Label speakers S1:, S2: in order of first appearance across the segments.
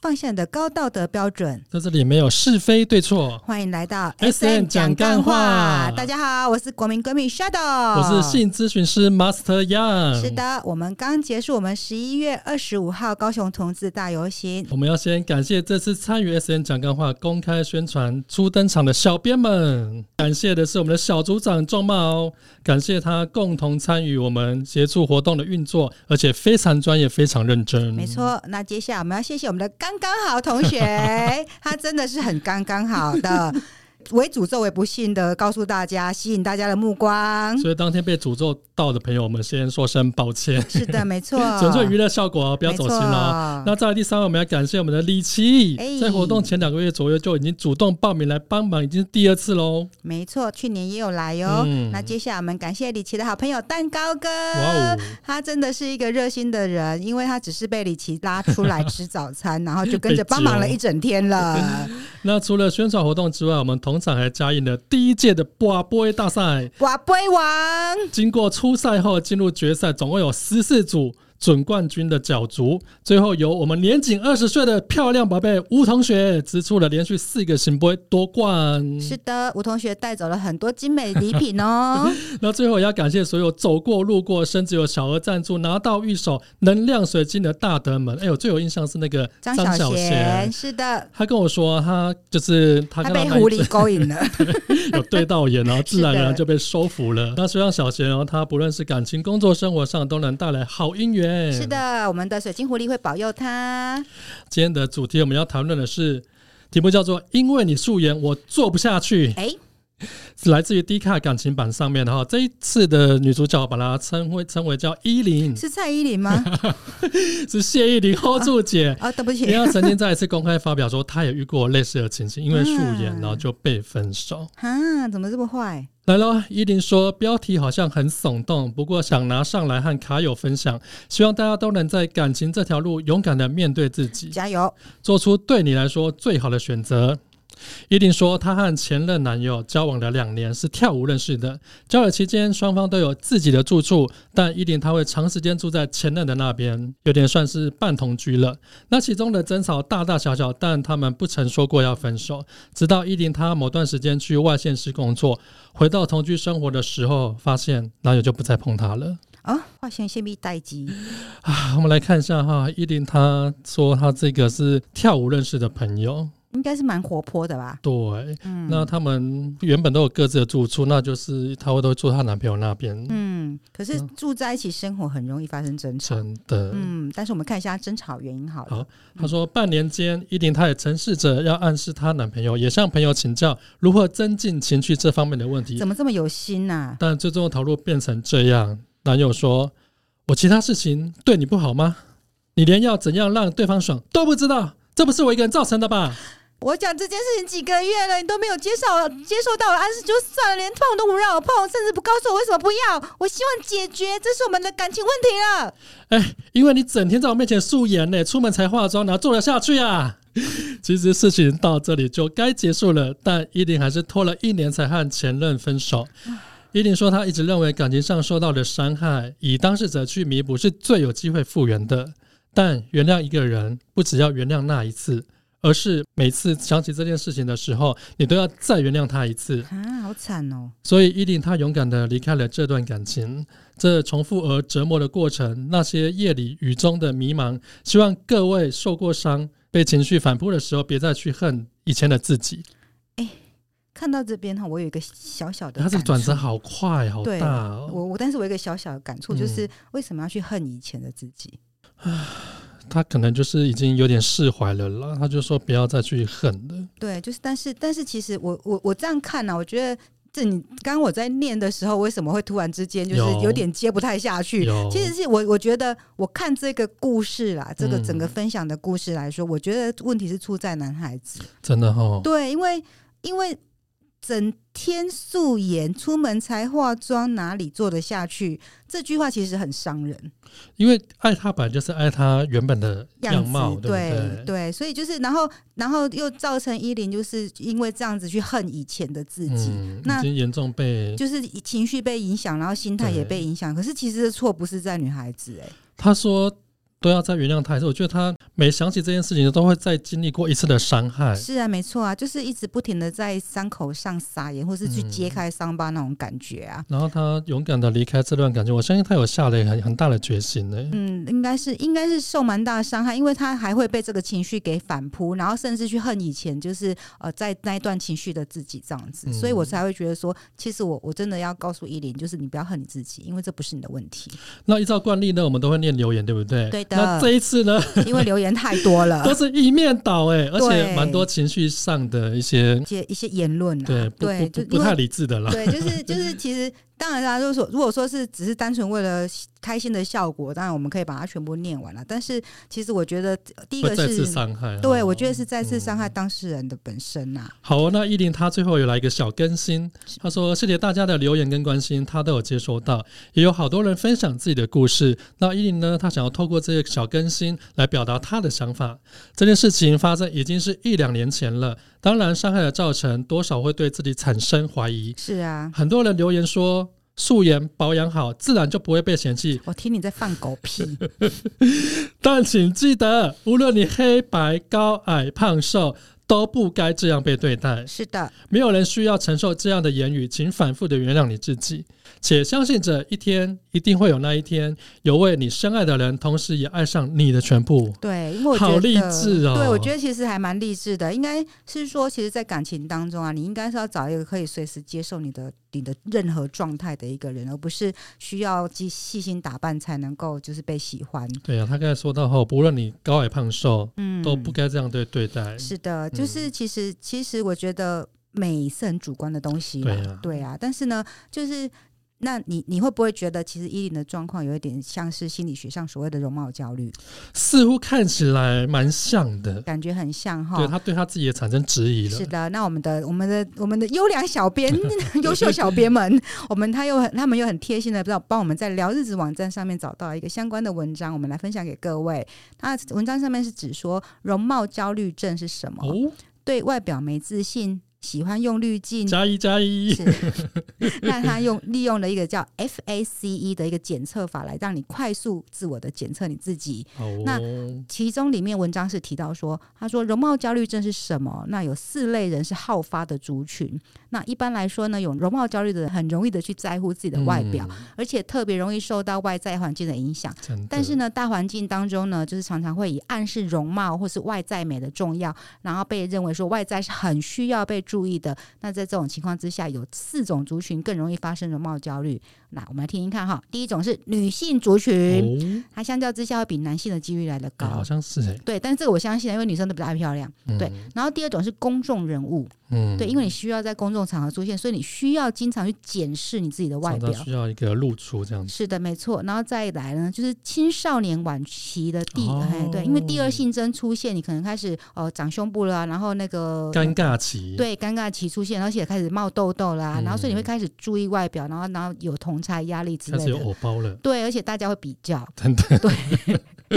S1: 放下你的高道德标准。
S2: 在这里没有是非对错。
S1: 欢迎来到
S2: SM 讲干话
S1: 大家好，我是国民闺蜜 Shadow，
S2: 我是。性咨询师 Master Yang。
S1: 哦是，的，我们刚结束我们十一月二十五号高雄同志大游行，
S2: 我们要先感谢这次参与 SN 讲干话公开宣传初登场的小编们，感谢的是我们的小组长仲茂，感谢他共同参与我们协助活动的运作，而且非常专业，非常认真。
S1: 没，错，那接下来我们要谢谢我们的刚刚好同 学，他真的是很刚刚好的，为诅咒为不幸的告诉大家，吸引大家的目光。
S2: 所以当天被诅咒到的朋友，我们先说声抱歉，，
S1: 是的，没错
S2: 纯粹娱乐效果哦，不要
S1: 没
S2: 走心
S1: 错
S2: 哦。那再来第三位，我们要感谢我们的李琦
S1: 啊哎，
S2: 在活动前两个月左右就已经主动报名来帮忙，已经是第二次喽。
S1: 没错，去年也有来哦。
S2: 嗯
S1: 那接下来我们感谢李琦的好朋友蛋糕哥，
S2: 哇哦，
S1: 他真的是一个热心的人，因为他只是被李琦拉出来吃早 餐，然后就跟着帮忙了一整天了。
S2: 那除了宣传活动之外，我们同场还加印了第一届的波波大赛。
S1: 哇，杯王
S2: 经过初赛后进入决赛，总共有十四组准冠军的角逐，最后由我们年仅二十岁的漂亮宝贝吴同学直出了连续四个行杯夺冠。
S1: 是的，吴同学带走了很多精美礼品 哦。
S2: 那最后也要感谢所有走过路过，甚至有小额赞助拿到一手能量水晶的大德们。哎，我最有印象是那个
S1: 张
S2: 小
S1: 小
S2: 贤
S1: 娴，是的，
S2: 他跟我说，他就是他
S1: 他
S2: 跟他
S1: 被
S2: 那一
S1: 狐狸勾引了。
S2: 有对到眼，然后自然 而
S1: 是
S2: 然
S1: 的
S2: 就被收服了。那虽然小贤哦，他不论是感情、工作、生活上都能带来好姻缘。
S1: 是，的，我们的水晶狐狸会保佑 他。
S2: 今天的主题我们要谈论的是。题目叫做“因为你素颜，我做不下去
S1: 哎，”，
S2: 是来自于 D 卡感情版上面的哈。这一次的女主角把她称为称为叫依琳，
S1: 是蔡依林 吗？
S2: 是谢依琳 hold 住姐。
S1: 哦，对不
S2: 因
S1: 起，
S2: 为她曾经在一次公开发表说，她也遇过类似的情形，因为素颜
S1: 嗯
S2: 然后就被分手。
S1: 啊，怎么这么坏？
S2: 来喽，依琳说标题好像很耸动，不过想拿上来和卡友分享，希望大家都能在感情这条路勇敢的面对自己，
S1: 加油！
S2: 做出对你来说最好的选择。依琳说，她和前任男友交往了两年，是跳舞认识的。交往期间，双方都有自己的住处，但依琳她会长时间住在前任的那边，有点算是半同居了。那其中的争吵大大小小，但他们不曾说过要分手。直到依琳她某段时间去外县市工作，回到同居生活的时候，发现男友就不再碰她了。
S1: 哦，化纤先必待机。
S2: 啊，我们来看一下哈，依琳她说她这个是跳舞认识的朋友，
S1: 应该是蛮活泼的吧？
S2: 对，
S1: 嗯，
S2: 那他们原本都有各自的住处，那就是她会都住她男朋友那边，
S1: 嗯，可是
S2: 嗯
S1: 住在一起生活很容易发生争吵。
S2: 真的。
S1: 嗯，但是我们看一下争吵原因好了。
S2: 好她说，半年间，依琳她也曾试着要暗示她男朋友，也向朋友请教如何增进情趣这方面的问题
S1: 怎，么这么有心啊呐、
S2: 但最终的投入变成这样。男友说：“我其他事情对你不好吗？你连要怎样让对方爽都不知道，这不是我一个人造成的吧？
S1: 我讲这件事情几个月了，你都没有接受接受到我的暗示，就算了，连碰都不让我碰，甚至不告诉我为什么不要。我希望解决，这是我们的感情问题了。
S2: 因为你整天在我面前素颜呢，出门才化妆，哪做得下去啊？” 其实事情到这里就该结束了，但依琳还是拖了一年才和前任分手。依琳说，她一直认为感情上受到的伤害，以当事者去弥补是最有机会复原的。但原谅一个人，不只要原谅那一次，而是每次想起这件事情的时候，你都要再原谅他一次。
S1: 啊，好惨哦！
S2: 所以依琳她勇敢地离开了这段感情，这重复而折磨的过程，那些夜里雨中的迷茫，希望各位受过伤、被情绪反扑的时候，别再去恨以前的自己。
S1: 看到这边哈，我有一个小小的
S2: 他
S1: 感
S2: 这
S1: 触，
S2: 个转折好快，好
S1: 对
S2: 大、哦。
S1: 我我，但是我有一个小小的感触，就是
S2: 嗯
S1: 为什么要去恨以前的自己？
S2: 他可能就是已经有点释怀了啦，他就说不要再去恨了。
S1: 对，就是，但是，但是，其实我我我这样看呢、我觉得这你刚刚我在念的时候，为什么会突然之间就是
S2: 有
S1: 有点接不太下去？
S2: 有，
S1: 嗯其实是我我觉得，我看这个故事啦，这个
S2: 嗯
S1: 整个分享的故事来说，我觉得问题是出在男孩子。
S2: 真的哦哈，
S1: 对，因为因为整天素颜，出门才化妆，哪里做得下去？这句话其实很伤人。
S2: 因为爱他本来就是爱他原本的样
S1: 子，
S2: 貌，不
S1: 对
S2: 对？
S1: 所以就是，然后，然后又造成依琳就是因为这样子去恨以前的自己，
S2: 嗯，
S1: 那
S2: 已经严重被
S1: 就是情绪被影响，然后心态也被影响。可是其实这错不是在女孩子、哎，
S2: 他说。都要再原谅他一次。我觉得他每想起这件事情，都会再经历过一次的伤害。
S1: 是啊，没错啊，就是一直不停的在伤口上撒盐，或是去
S2: 嗯
S1: 揭开伤疤那种感觉啊。
S2: 然后他勇敢的离开这段感情，我相信他有下了一个很很大的决心呢、
S1: 嗯，应该是应该是受蛮大的伤害，因为他还会被这个情绪给反扑，然后甚至去恨以前就是呃在那一段情绪的自己这样子，所以
S2: 嗯
S1: 我才会觉得说，其实我我真的要告诉依林，就是你不要恨你自己，因为这不是你的问题，
S2: 那依照惯例呢，我们都会念留言，对不对？
S1: 对的
S2: 那这一次呢，
S1: 因为留言太多 了
S2: 都，是一面倒 哎、而且
S1: 对
S2: 蛮多情绪上的一些
S1: 一些一些言论啊，
S2: 对不
S1: 对，
S2: 不
S1: 就
S2: 不不
S1: 因为
S2: 太理智的啦。
S1: 对，就是就是，其实当然啦，就是说，如果说是只是单纯为了开心的效果，当然我们可以把它全部念完了。但是其实我觉得呃第一
S2: 会
S1: 个
S2: 再次
S1: 是，
S2: 伤害。
S1: 对
S2: 哦
S1: 我觉得是再次伤害当事人的本身呐、
S2: 好哦，那依林她最后有来一个小更新，她说谢谢大家的留言跟关心，她都有接收到，也有好多人分享自己的故事。那依林呢，她想要透过这个小更新来表达她的想法。这件事情发生已经是一两年前了，当然伤害的造成多少会对自己产生怀疑。
S1: 是啊，
S2: 很多人留言说素颜保养好，自然就不会被嫌弃。
S1: 我听你在放狗 屁，
S2: 但请记得，无论你黑白、高矮、胖瘦，都不该这样被对待。
S1: 是的，
S2: 没有人需要承受这样的言语，请反复的原谅你自己，且相信着一天一定会有那一天，有为你深爱的人，同时也爱上你的全部。
S1: 对，因为我觉得
S2: 好励志哦
S1: 对，我觉得其实还蛮励志的。应该是说，其实，在感情当中啊，你应该是要找一个可以随时接受你的你的任何状态的一个人，而不是需要细细心打扮才能够就是被喜欢。
S2: 对啊，他刚才说到后，不论你高矮胖瘦，
S1: 嗯，
S2: 都不该这样对对待。
S1: 是的，就是其实、其实我觉得美是很主观的东西嘛，
S2: 对啊
S1: 但是呢，就是那你你会不会觉得，其实依琳的状况有一点像是心理学上所谓的容貌焦虑，
S2: 似乎看起来蛮像的，
S1: 感觉很像
S2: 对
S1: 哈。
S2: 他对他自己也产生质疑了
S1: 是。的，那我们的我们的我们的优良小 编、优秀小编们，我们他又很他们又很贴心的，不知道帮我们在聊日子网站上面找到一个相关的文章，我们来分享给各位。那文章上面是指说容貌焦虑症是什么？
S2: 哦，
S1: 对外表没自信，喜欢用滤镜，
S2: 加一加一，
S1: 是，那他用利用了一个叫 FACE E 的一个检测法来让你快速自我的检测你自己。那
S2: 哦，
S1: 其中里面文章是提到说，他说容貌焦虑症是什么？那有四类人是好发的族群。那一般来说呢，有容貌焦虑的人很容易的去在乎自己的外表，
S2: 嗯
S1: 而且特别容易受到外在环境的影响。
S2: 真的哦
S1: 但是呢，大环境当中呢，就是常常会以暗示容貌或是外在美的重要，然后被认为说外在是很需要被注意的。那在这种情况之下，有四种族群更容易发生容貌焦虑。那我们来听听看哈，第一种是女性族群，
S2: 哦，
S1: 它相较之下会比男性的几率来得
S2: 哎
S1: 高
S2: 好。像是哎，
S1: 对，但是这个我相信，啊因为女生都比较爱漂亮。
S2: 嗯
S1: 对，然后第二种是公众人物，
S2: 嗯
S1: 对，因为你需要在公众场合出现，所以你需要经常去检视你自己的外
S2: 常
S1: 表
S2: 常。需要一个露出这样子。
S1: 是的，没错。然后再来呢，就是青少年晚期的第，
S2: 哦
S1: 哎，对，因为第二性征出现，你可能开始呃长胸部了啊、然后那个
S2: 尴尬期，，
S1: 对尴尬期出现，而且开始冒痘痘啦、然后所以你会
S2: 嗯
S1: 开始注意外表，然后然后有同才压力之
S2: 开
S1: 类
S2: 始有
S1: 的。
S2: 偶包了，
S1: 对，而且大家会比较，
S2: 真的，
S1: 对，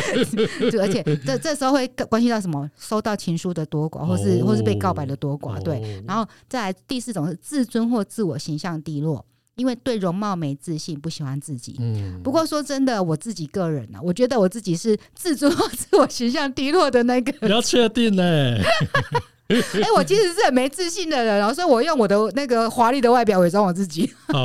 S1: 而且这这时候会关系到什么？收到情书的多寡，或是、或是被告白的多寡，对。
S2: 哦
S1: 然后再来第四种是自尊或自我形象低落，因为对容貌没自信，不喜欢自己。
S2: 嗯
S1: 不过说真的，我自己个人呢、啊，我觉得我自己是自尊或 自我形象低落的那个。
S2: 你要确定呢、
S1: 哎、我其实是很没自信的人，哦然后所以我用我的那个华丽的外表伪装我自己。。
S2: 好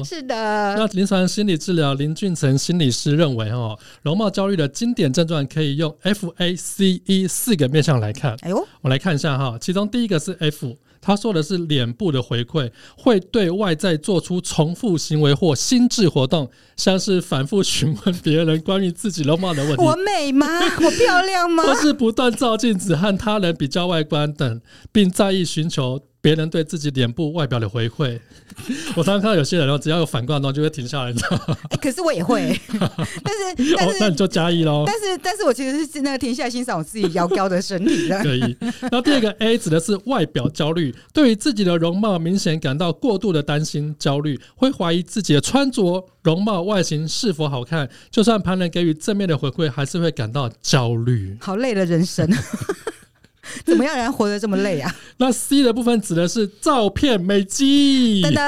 S1: 是的，
S2: 那临床心理治疗林俊成心理师认为，哦，容貌焦虑的经典症状可以用 F A C E 四个面向来看。
S1: 哎呦，
S2: 我来看一下哈，其中第一个是 F，他说的是脸部的回馈会对外在做出重复行为或心智活动，像是反复询问别人关于自己容貌的问题，
S1: 我美吗？ 我漂亮吗？
S2: 或是不断照镜子和他人比较外观等，并在意寻求别人对自己脸部外表的回馈。 我常常看到有些人哦，只要有反光的东西就会停下来，你知 道吗？
S1: 哎可是我也会， 但是但
S2: 哦那
S1: 是
S2: 你就加 一喽。
S1: 但是但是我其实是那个停下来欣赏我自己 腰高的身体的。
S2: 可以。那第二个 A 指的是外表焦虑，对于自己的容貌明显感到过度的担心焦虑，会怀疑自己的穿着、容貌、外形是否好看，就算旁人给予正面的回馈，还是会感到焦虑。
S1: 好累的人生。啊 怎么样人活得这么累 啊？
S2: 那 C 的部分指的是照片美肌。
S1: 噔噔，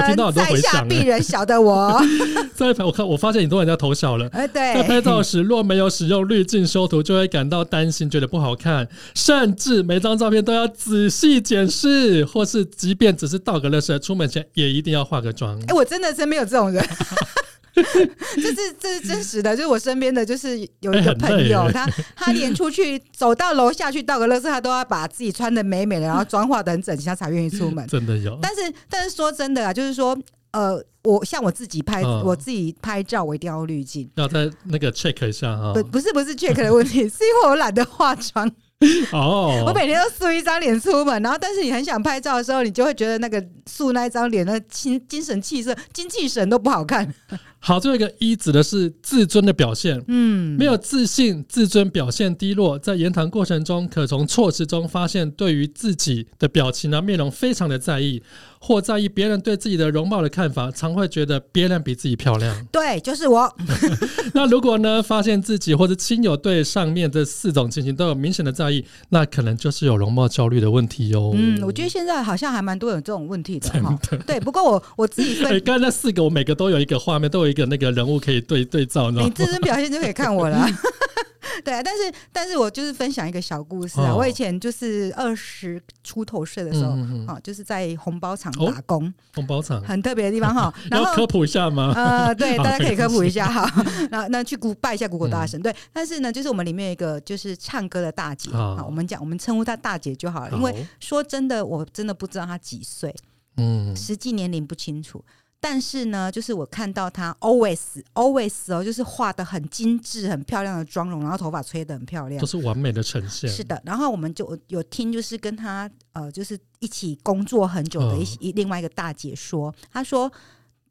S1: 我
S2: 听到很多
S1: 在
S2: 回响
S1: 下
S2: 哎
S1: 鄙人晓得我，
S2: 在拍我看我发现你都人家头小了。
S1: 呃，
S2: 在
S1: 对，
S2: 拍照时，若没有使用滤镜修图，就会感到担心，觉得不好看，甚至每张照片都要仔细检视，或是即便只是倒个垃圾，出门前也一定要化个妆。
S1: 哎，我真的身边有这种人。 这是这是真实的，就是我身边的，就是有一
S2: 哎
S1: 个
S2: 很
S1: 朋
S2: 累
S1: 友，
S2: 哎
S1: 他他连出去走到楼下去倒个垃圾，他都要把自己穿的美美的，然后妆化的很整齐，他才愿意出门。
S2: 真的有，
S1: 但是但是说真的啊，就是说，呃，我像我自己拍，
S2: 嗯
S1: 我自己拍照，我一定要滤镜。
S2: 要再那个 check 一下哈
S1: 不，。不是不是 check 的问题， 是因为我懒得化妆，我
S2: 哦，
S1: 每天都素一张脸出门，然后但是你很想拍照的时候，你就会觉得那个素那一张脸的精精神气色、精气神都不好看。
S2: 好，最后一个一指的是自尊的表现。
S1: 嗯，。
S2: 没有自信，自尊表现低落，在言谈过程中，可从措辞中发现对于自己的表情啊、面容非常的在意，或在意别人对自己的容貌的看法，常会觉得别人比自己漂亮
S1: 对，就是
S2: 哦
S1: 我。
S2: 那如果呢，发现自己或者亲友对上面这四种情形都有明显的在意，那可能就是有容貌焦虑的问题哦。
S1: 嗯，我觉得现在好像还蛮多有这种问题的哈。对，不过我我自己
S2: 哎，
S1: 分，
S2: 刚才那四个，我每个都有一个画面，都有一个那个人物可以对对照，你知道
S1: 你
S2: 吗？
S1: 自身表现就可以看我了 啊。对啊，但是但是我就是分享一个小故事啊。
S2: 哦
S1: 我以前就是二十出头岁的时候，
S2: 嗯嗯嗯，
S1: 啊，就是在红包厂
S2: 哦
S1: 打工，
S2: 红包场
S1: 很特别的地方哈。然
S2: 要
S1: 后
S2: 科普一啊哦下吗？
S1: 呃， 对，
S2: 好
S1: 大家可
S2: 没
S1: 以科
S2: 关
S1: 普一
S2: 系
S1: 下哈。 那那去古拜一下古果大
S2: 嗯
S1: 神，对。但是呢，就是我们里面有一个就是唱歌的大姐，
S2: 好
S1: 好，我们讲我们称呼她大姐就好
S2: 哦
S1: 了，因为说真的，我真的不知道她几岁，
S2: 嗯，
S1: 实际年龄不清楚。但是呢，就是我看到她 always always 哦，就是画的很精致、很漂亮的妆容，然后头发吹的很漂亮
S2: 都，是完美的呈现。
S1: 啊是的，然后我们就有听，就是跟他呃，就是一起工作很久
S2: 嗯
S1: 的一起、一另外一个大姐说，她说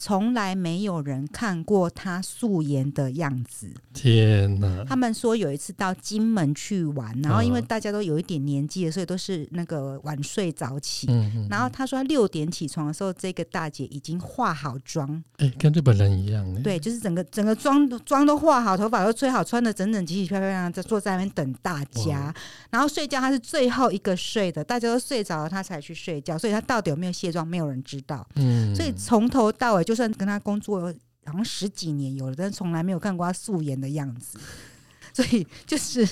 S1: 从来没有人看过她素颜的样子。
S2: 天哪！
S1: 他们说有一次到金门去玩，然后因为
S2: 嗯
S1: 大家都有一点年纪了，所以都是那个晚睡早起。
S2: 嗯，
S1: 然后她说她六点起床的时候，这个大姐已经化好妆，
S2: 哎、跟日本人一样哎、
S1: 对，就是整个整个妆妆都化好，头发都吹好，穿的整整齐齐、漂漂亮亮，在坐在那边等大家
S2: 哇。
S1: 然后睡觉，她是最后一个睡的，大家都睡着了，她才去睡觉。所以她到底有没有卸妆，没有人知道。
S2: 嗯，
S1: 所以从头到尾，就算跟她工作好像十几年有了，但是从来没有看过她素颜的样子。所以就是，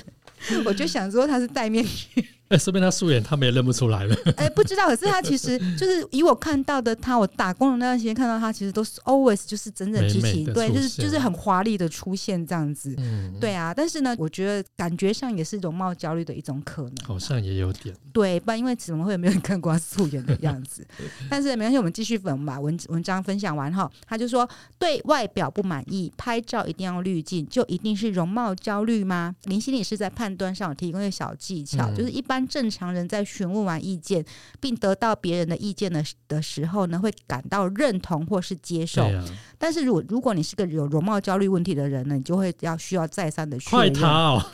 S1: 我就想说她是戴面具，
S2: 哎，说不定他素颜他们也认不出来 了。
S1: 哎、不知道。可是她其实就是以我看到的她，我打工的那段时间看到她，其实都是 always 就是整整齐齐，
S2: 美美地
S1: 对，
S2: 出
S1: 就是
S2: 现
S1: 就是很华丽的出现这样子。
S2: 嗯，，
S1: 对啊，但是呢，我觉得感觉上也是容貌焦虑的一种可能啊。
S2: 好像也有点。
S1: 对，不然因为怎么会有没有人看过他素颜的样子？ 但是没关系，我们继续粉吧。文文章分享完后，他就说对外表不满意，拍照一定要滤镜，就一定是容貌焦虑吗？林心理师在判断上有提供一个小技巧，
S2: 嗯
S1: 就是一般正常人在询问完意见，并得到别人的意见的时的时候呢，会感到认同或是接受。
S2: 对呀、啊
S1: 但是如果如果你是个有容貌焦虑问题的人呢，你就会要需要再三的确
S2: 快
S1: 认。
S2: 逃！哦！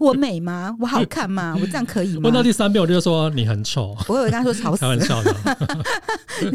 S1: 我美吗？我好看吗？我这样可以吗
S2: 问？到第三遍我就说你很丑，
S1: 我有跟他说 吵死
S2: 开玩
S1: 了，
S2: 笑的，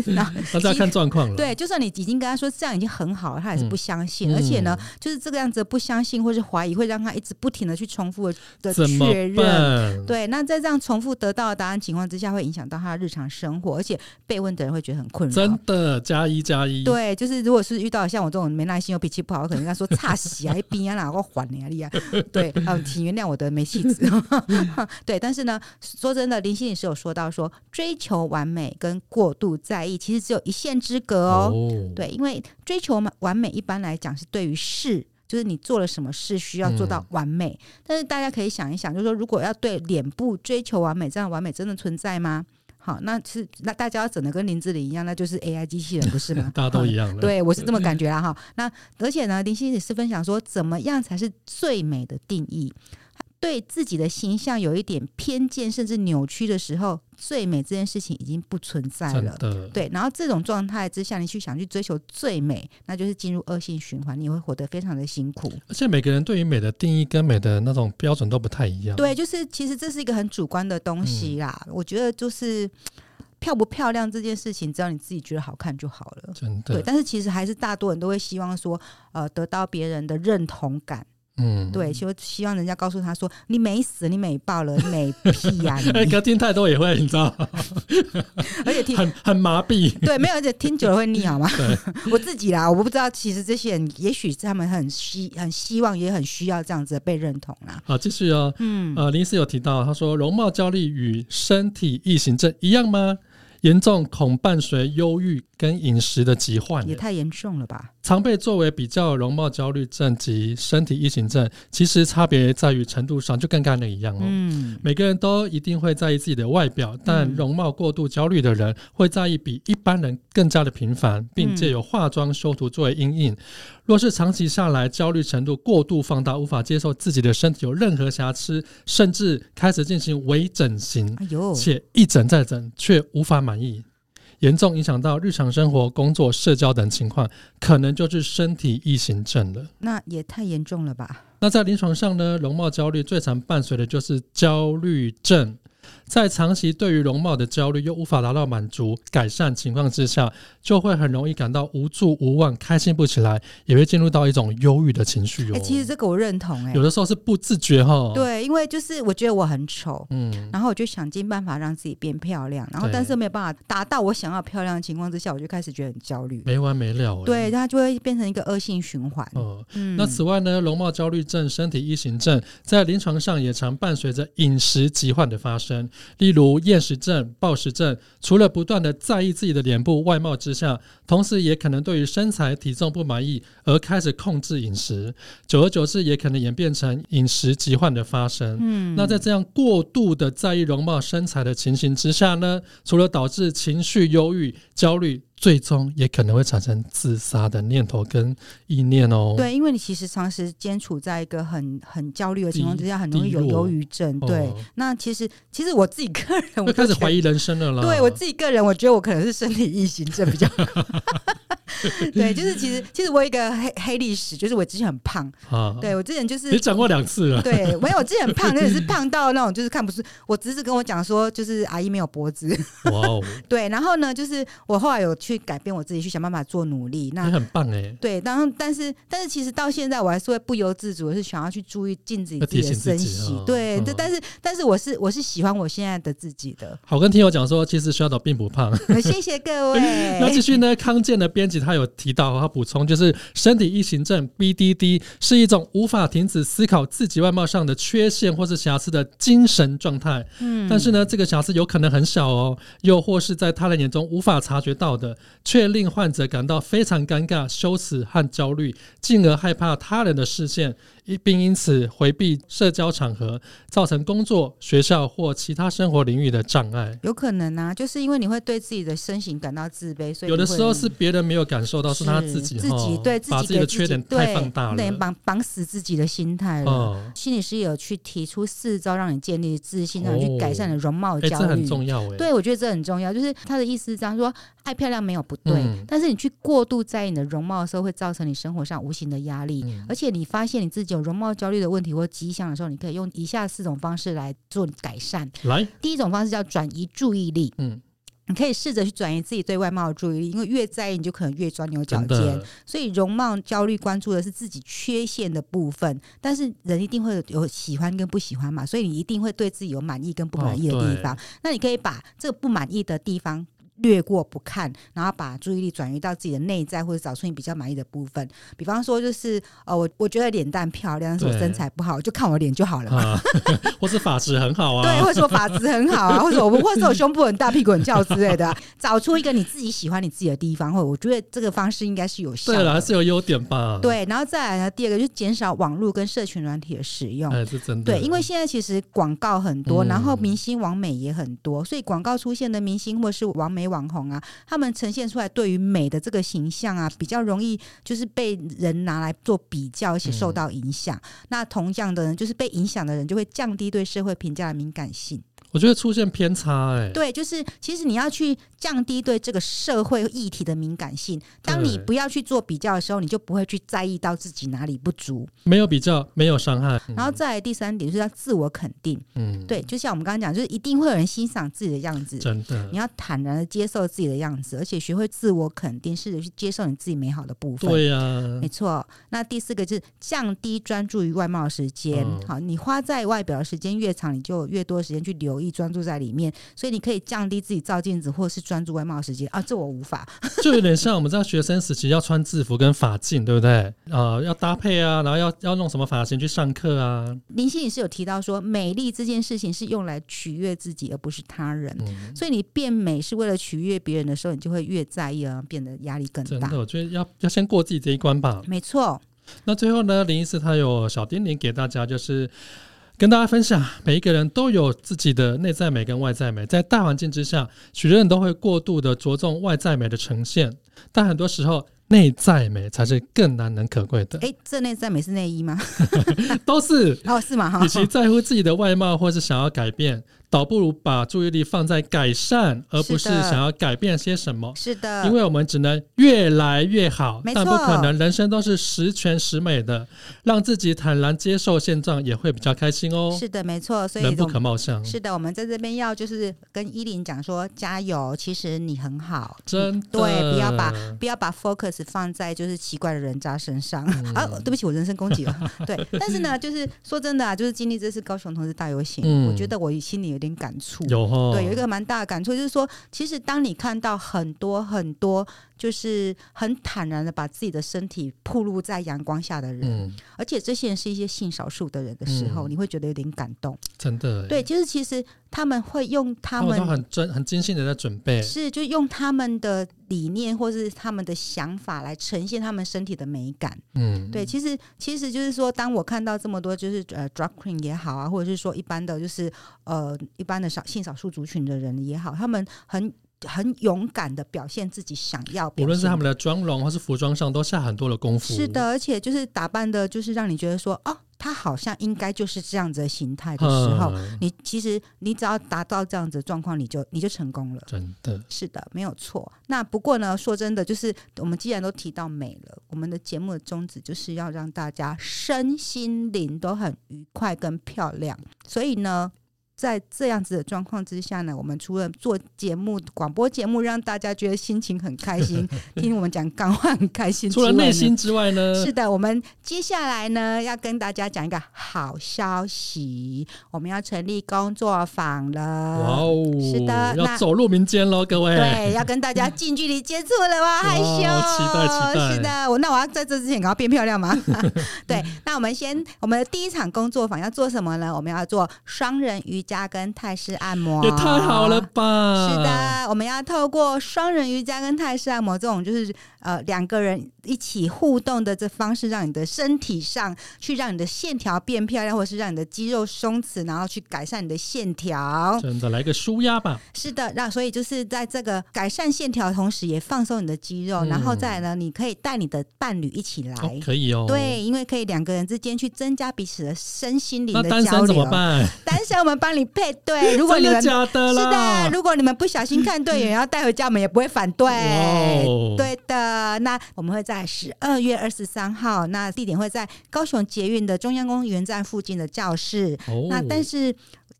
S1: 然后
S2: 那再看状况了。
S1: 对，就算你已经跟他说这样已经很好了，他还是不相信，
S2: 嗯
S1: 而且呢，就是这个样子的不相信或是怀疑，会让他一直不停的去重复的
S2: 怎么
S1: 确认。
S2: 办？
S1: 对，那在这样重复得到的答案情况之下，会影响到他的日常生活，而且被问的人会觉得很困扰
S2: 真。的加一加一。，
S1: 对，就是如果是遇到像我这种没耐心又脾气不好，我可能跟他说差死啊，一逼啊，哪个还你啊，你啊，对，嗯，请原谅我的没气质。 对，但是呢，说真的，林心也是有说到说，追求完美跟过度在意其实只有一线之隔哦。
S2: 哦，
S1: 对，因为追求完完美一般来讲是对于事。就是你做了什么事需要做
S2: 嗯
S1: 到完美，但是大家可以想一想，就是说，如果要对脸部追求完美，这样完美真的存在吗？好，那是那大家要整的跟林志玲一样，那就是 AI 机器人，不是吗
S2: ？大家都一样了。，嗯
S1: 对，我是这么感觉啦哈。那而且呢，林夕也是分享说，怎么样才是最美的定义？对自己的形象有一点偏见甚至扭曲的时候，最美这件事情已经不存在
S2: 真
S1: 了。
S2: 的。
S1: 对，然后这种状态之下，你去想去追求最美，那就是进入恶性循环，你会活得非常的辛苦。
S2: 而且每个人对于美的定义跟美的那种标准都不太一样。，
S1: 对，就是其实这是一个很主观的东西啦。我觉得就是漂不漂亮这件事情，只要你自己觉得好看就好了。
S2: 真
S1: 对，
S2: 的。
S1: 但是其实还是大多人都会希望说，呃，得到别人的认同感。
S2: 嗯，
S1: 对，就希望人家告诉他说：“你美死，你美爆了，你美屁呀、
S2: 哎，
S1: 你
S2: 可听太多也会，你知 道，！”
S1: 而且听
S2: 很很麻 痹。
S1: 对，没有，而且听久了会腻，好吗？ 我自己啦，我不知道，其实这些人也许是他们很希很希望，也很需要这样子被认同啦。
S2: 好，继续哦。
S1: 嗯，
S2: 呃，林医师有提到，他说容貌焦虑与身体异形症一样吗？严重恐伴随忧郁跟饮食的疾患，
S1: 也太严重了吧？
S2: 常被作为比较容貌焦虑症及身体异形症，其实差别在于程度上，就跟刚才那个一样哦。
S1: 嗯，
S2: 每个人都一定会在意自己的外表，但
S1: 嗯
S2: 容貌过度焦虑的人会在意比一般人更加的频
S1: 嗯
S2: 繁，并借由化妆修图作为阴影。若是长期下来，焦虑程度过度放大，无法接受自己的身体有任何瑕疵，甚至开始进行微整形，
S1: 哎呦，
S2: 且一整再整却无法满意，严重影响到日常生活、工作、社交等情况，可能就是身体异形症了。
S1: 那也太严重了吧？
S2: 那在临床上呢，容貌焦虑最常伴随的就是焦虑症。在长期对于容貌的焦虑又无法达到满足、改善情况之下，就会很容易感到无助、无望、开心不起来，也会进入到一种忧郁的情绪
S1: 哎、
S2: 哦。
S1: 其实这个我认同、哎
S2: 有，的时候是不自觉哈、，
S1: 对，因为就是我觉得我很丑。
S2: 嗯，
S1: 然后我就想尽办法让自己变漂亮，然后
S2: 对
S1: 但是没有办法达到我想要漂亮的情况之下，我就开始觉得很焦虑。
S2: 没完没了、欸。
S1: 对，，它就会变成一个恶性循环。
S2: 哦、
S1: 嗯，
S2: 那此外呢，容貌焦虑症、身体异形症在临床上也常伴随着饮食疾患的发生，例如厌食症、暴食症。除了不断的在意自己的脸部外貌之下，同时也可能对于身材体重不满意而开始控制饮食，久而久之也可能演变成饮食疾患的发生。
S1: 嗯，
S2: 那在这样过度的在意容貌身材的情形之下呢，除了导致情绪忧郁、焦虑，最终也可能会产生自杀的念头跟意念哦。
S1: 对，因为你其实长时间处在一个很很焦虑的情况
S2: 低
S1: 之下，很容易
S2: 低
S1: 有
S2: 落
S1: 忧郁症。对，
S2: 哦
S1: 那其实其实我自己个人，我
S2: 又开始怀
S1: 疑。
S2: 疑人生了啦。
S1: 对我自己个人，我觉得我可能是身体异形症比较。 对，就是其实其实我有一个黑黑历史，就是我之前很胖。
S2: 啊，
S1: 对我之前就是
S2: 你讲过两次 了。
S1: 对，没有，我之前很胖，真的是胖到那种就是看不出。我侄子跟我讲说，就是阿姨没有脖子。
S2: 哇哦，
S1: 对，然后呢，就是我后来有去改变我自己，去想办法做努力。
S2: 你
S1: 那
S2: 很棒哎，
S1: 对，然后但是但是其实到现在我还是会不由自主的是想要去注意镜子里
S2: 要
S1: 自己
S2: 提
S1: 的
S2: 醒自
S1: 身
S2: 己
S1: 形，
S2: 哦
S1: 对，
S2: 嗯
S1: 这但是但是我是我是喜欢我现在的自己的，
S2: 好跟听友讲说，其实小岛并不胖。
S1: 谢谢各
S2: 那继
S1: 位。
S2: 续呢？康健的编辑他有提到，他补充就是身体异形症 （BDD） 是一种无法停止思考自己外貌上的缺陷或是瑕疵的精神状态。
S1: 嗯
S2: 但是呢，这个瑕疵有可能很小哦，又或是在他人眼中无法察觉到的，却令患者感到非常尴尬、羞耻和焦虑，进而害怕他人的视线，一并因此回避社交场合，造成工作、学校或其他生活领域的障碍。
S1: 有可能啊，就是因为你会对自己的身形感到自卑，所以
S2: 有的
S1: 你会
S2: 时候是别人没有感受到，是他自己
S1: 自
S2: 哦
S1: 己对自己
S2: 把自己
S1: 给
S2: 的缺点
S1: 对
S2: 太放大
S1: 对
S2: 了。
S1: 绑绑死自己的心态了。
S2: 哦，
S1: 心理师有去提出四招让你建立自信，让你去改善你的容貌
S2: 哎、
S1: 焦
S2: 这
S1: 虑。
S2: 很重要哎。
S1: 对，我觉得这很重要。就是他的意思是这样说：爱漂亮没有不对，
S2: 嗯
S1: 但是你去过度在意你的容貌的时候，会造成你生活上无形的压力。
S2: 嗯
S1: 而且你发现你自己有容貌焦虑的问题或迹象的时候，你可以用以下四种方式来做改善。
S2: 来，
S1: 第一种方式叫转移注意力，
S2: 嗯，
S1: 你可以试着去转移自己对外貌的注意力，因为越在意你就可能越钻牛角
S2: 真
S1: 尖
S2: 的。，
S1: 所以容貌焦虑关注的是自己缺陷的部分，但是人一定会有喜欢跟不喜欢嘛，所以你一定会对自己有满意跟不满意的
S2: 哦
S1: 地方。那你可以把这个不满意的地方。略过不看，然后把注意力转移到自己的内在，或者找出你比较满意的部分。比方说，就是呃，我我觉得脸蛋漂亮，但是我
S2: 对
S1: 身材不好，我就看我脸就好了嘛。
S2: 啊， 或是发质很好
S1: 对，
S2: 啊，
S1: 或者我发质很好啊，或者我或者我胸部很大、屁股很翘之类的啊、找出一个你自己喜欢你自己的地方，或者我觉得这个方式应该是有效
S2: 对
S1: 的。
S2: 了，还是有优点吧。，
S1: 对，然后再来呢，第二个就是减少网络跟社群软体的使用。
S2: 哎，是真的。
S1: 对，因为现在其实广告很多，
S2: 嗯
S1: 然后明星网美也很多，所以广告出现的明星或是网美网红啊，他们呈现出来对于美的这个形象啊，比较容易就是被人拿来做比较，而且受到影响。那同样的人，就是被影响的人就会降低对社会评价的敏感性。
S2: 我觉得出现偏差、欸，哎，
S1: 对，就是其实你要去降低对这个社会议题的敏感性。当你
S2: 对
S1: 不要去做比较的时候，你就不会去在意到自己哪里不足。
S2: 没有比较，没有伤害。
S1: 然后再来第三点就是要自我肯定，
S2: 嗯，
S1: 对，就像我们刚刚讲，就是一定会有人欣赏自己的样子，
S2: 真的
S1: 你，要坦然的接受自己的样子，而且学会自我肯定，试着去接受你自己美好的部分。
S2: 对呀、
S1: 没错，那第四个就是降低专注于外貌的时间。
S2: 嗯
S1: 好，你花在外表的时间越长，你就有越多时间去留意、专注在里面，所以你可以降低自己照镜子或是专注外貌的时间啊。这我无法，
S2: 就有点像我们在学生时期要穿制服跟发镜，对不对？呃，要搭配啊，然后要要弄什么发型去上课啊。
S1: 林心也是有提到说，美丽这件事情是用来取悦自己，而不是他人。
S2: 嗯，
S1: 所以你变美是为了取悦别人的时候，你就会越在意，而变得压力更
S2: 真
S1: 大
S2: 的，。我觉得要要先过自己这一关吧。
S1: 没错，
S2: 那最后呢，林医师他有小叮咛给大家，就是跟大家分享，每一个人都有自己的内在美跟外在美，在大环境之下，许多人都会过度的着重外在美的呈现，但很多时候内在美才是更难能可贵的，
S1: 哎，这内在美是内衣吗？
S2: 都是。
S1: 哦，是 吗？哈
S2: 与，其在乎自己的外貌或是想要改变，倒不如把注意力放在改善，而不
S1: 是
S2: 是
S1: 的
S2: 想要改变些什么。
S1: 是的，
S2: 因为我们只能越来越好
S1: 嗯没，
S2: 但不
S1: 错
S2: 可能人生都是十全十美的。让自己坦然接受现状，也会比较开心哦。
S1: 是的，没错，所以
S2: 人不
S1: 我们
S2: 可貌相，
S1: 是的，我们在这边要就是跟依琳讲说，加油，其实你很好，
S2: 真的
S1: 对，不要把不要把 focus 放在就是奇怪的人渣身上、
S2: 嗯
S1: 啊！对不起，我人身攻击 了。对，但是呢，就是说真的啊，就是经历这次高雄同志大游行，
S2: 嗯
S1: 我觉得我心里有点感触。
S2: 有哦，
S1: 对，有一个蛮大的感触，就是说，其实当你看到很多很多，就是很坦然的把自己的身体暴露在阳光下的人，
S2: 嗯，
S1: 而且这些人是一些性少数的人的时候，
S2: 嗯
S1: 你会觉得有点感动。
S2: 真的耶，
S1: 对，就是其实他们会用他
S2: 他们
S1: 们
S2: 都很真很精心的在准备，
S1: 是就用他们的理念或是他们的想法来呈现他们身体的美感。
S2: 嗯，
S1: 对，其实其实就是说，当我看到这么多就是呃 drag queen 也好啊，或者是说一般的就是呃一般的少性少数族群的人也好，他们很很勇敢的表现自己想要表现，
S2: 无论是他们的妆容或是服装上，都下很多的功夫。
S1: 是，的，而且就是打扮的，就是让你觉得说哦，他好像应该就是这样子的形态的时候。
S2: 嗯，
S1: 你其实你只要达到这样子的状况，你就你就成功了。
S2: 真的，
S1: 是的，没有错。那不过呢，说真的，就是我们既然都提到美了，我们的节目的宗旨就是要让大家身心灵都很愉快跟漂亮。所以呢，在这样子的状况之下呢，我们除了做节目、广播节目，让大家觉得心情很开心，听我们讲干话很开心，
S2: 除了内。心之外呢，
S1: 是的，我们接下来呢要跟大家讲一个好消息，我们要成立工作坊了。
S2: 哇哦，
S1: 是的
S2: 要
S1: 那
S2: 走入民间喽，各位，
S1: 对，要跟大家近距离接触了，我好害羞。
S2: 哎期待期待
S1: 是的，我那我要在这之前赶快变漂亮 嘛。对，那我们先，我们的第一场工作坊要做什么呢？我们要做双人瑜伽跟泰式按摩。
S2: 也太好了。吧？
S1: 是，的，我们要透过双人瑜伽跟泰式按摩这种，就是呃两个人一起互动的这方式，让你的身体上去让你的线条变漂亮，或是让你的肌肉松弛，然后去改善你的线条。
S2: 真的来个舒压吧，
S1: 是的，那所以就是在这个改善线条的同时，也放松你的肌肉，
S2: 嗯
S1: 然后再来呢，你可以带你的伴侣一起来。
S2: 哦，可以哦。，
S1: 对，因为可以两个人之间去增加彼此的身心灵
S2: 那
S1: 的
S2: 单
S1: 交
S2: 身怎
S1: 流
S2: 么。办？
S1: 单身我们帮你配 对，如果你
S2: 真
S1: 们
S2: 的假的
S1: 是
S2: 啦？
S1: 的，如果你们不小心看对眼，然后带回家，我们也不会反对。
S2: 哇哦
S1: 对的，那我们会在十二月二十三号，那地点会在高雄捷运的中央公园站附近的教室。
S2: 哦
S1: 那但是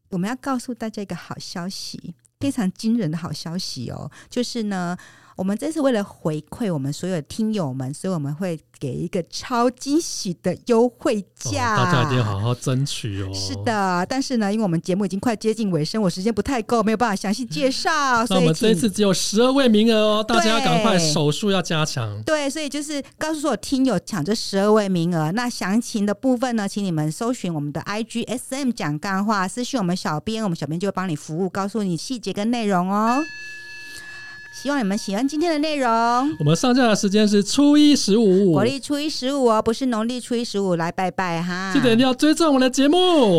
S1: 我们要告诉大家一个好消息，非常惊人的好消息哦，就是呢，我们这次为了回馈我们所有的听友们，所以我们会给一个超惊喜的优惠
S2: 哦
S1: 价、
S2: 大家一定要好好争取哦。
S1: 是，的，但是呢，因为我们节目已经快接近尾声，我时间不太够，没有办法详细介绍，
S2: 哦那
S1: 所
S2: 我
S1: 以
S2: 们这一
S1: 请
S2: 次只有十二位名额哦，大家要赶快
S1: 对
S2: 手术要加强。
S1: 对，所以就是告诉所有听友抢这十二位名额。那详情的部分呢，请你们搜寻我们的 IG SM 讲干话，私讯我们小编，我们小编就会帮你服务，告诉你细节跟内容哦。希望你们喜欢今天的内容。
S2: 我们上架的时间是初一十五
S1: 国，历初一十五哦，不是农历初一十五，来拜拜哈。
S2: 记得一定哦要追踪我们的节目，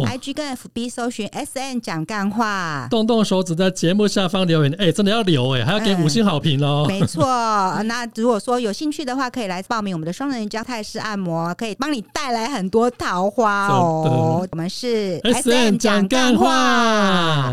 S1: IG 跟 FB 搜寻 SN 讲干话。
S2: 动动手指在节目下方留言，哎、真的要留哎、还要给
S1: 嗯
S2: 五星好评哦。
S1: 没错， 那如果说有兴趣的话，可以来报名我们的双人瑜伽泰式按摩，可以帮你带来很多桃花哦
S2: 真的。
S1: 哎我们是
S2: S N 讲干话。